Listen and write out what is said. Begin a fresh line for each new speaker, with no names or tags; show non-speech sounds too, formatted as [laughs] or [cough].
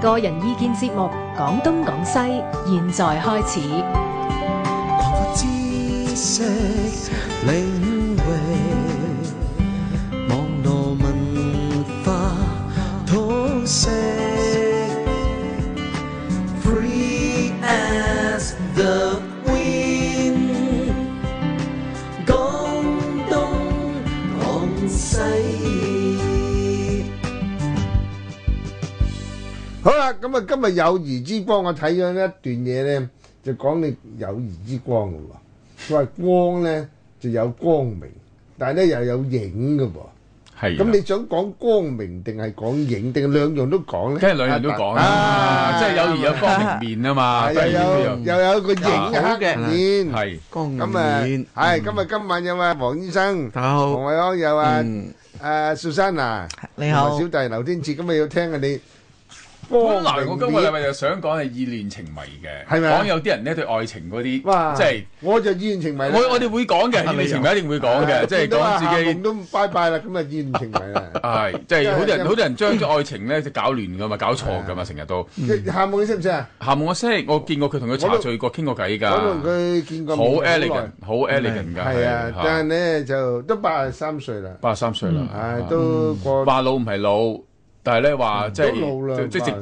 個人意見節目《廣東廣西》，現在開始。
擴闊知識領域，網絡文化通識，free as the wind。廣東廣西。
好啦，咁啊，今日友誼之光，我睇咗一段嘢咧，就講你友誼之光嘅喎。佢話光咧就有光明，但係咧又有影嘅喎。
係啊啦。
咁你想講光明定係講影，定係兩樣都講咧？
梗係兩樣都講啦，即係友誼有光明面啊嘛，
啊係
當然
又有
呢樣
又有個影嘅黑面。
係
光
咁啊，
面
係今日今晚有啊，黃醫生，
大家好
黃偉安有啊
嗯，
誒 Susanna，
你好
同埋小弟劉天賜，今日要聽下你
本
光
來我今個禮
明
拜就想講係意亂情迷嘅，
係咪啊
講有啲人咧對愛情嗰啲，
哇！
即係
我就意亂情迷啦。啊
我我哋會講嘅，
係咪
意亂情迷一定會講
[laughs]
嘅，即係講自己
都拜拜啊啦，咁啊意亂情迷啦。
[laughs] 係，即係好多
因為
人好多人將啲愛情咧就搞亂噶嘛，搞錯
啊
噶嘛，成日都。
你下夢你識唔識啊？
下午我識，我見過佢同佢茶聚過，傾過偈
我同
㗎，
佢見過
好
面
elegant，好 elegant 㗎，
好耐係啊，
係
但係咧就都八十三歲啦，
八十三歲啦，
唉，都過嗯
話老唔係老，但係咧話即
都老啦
係即即
話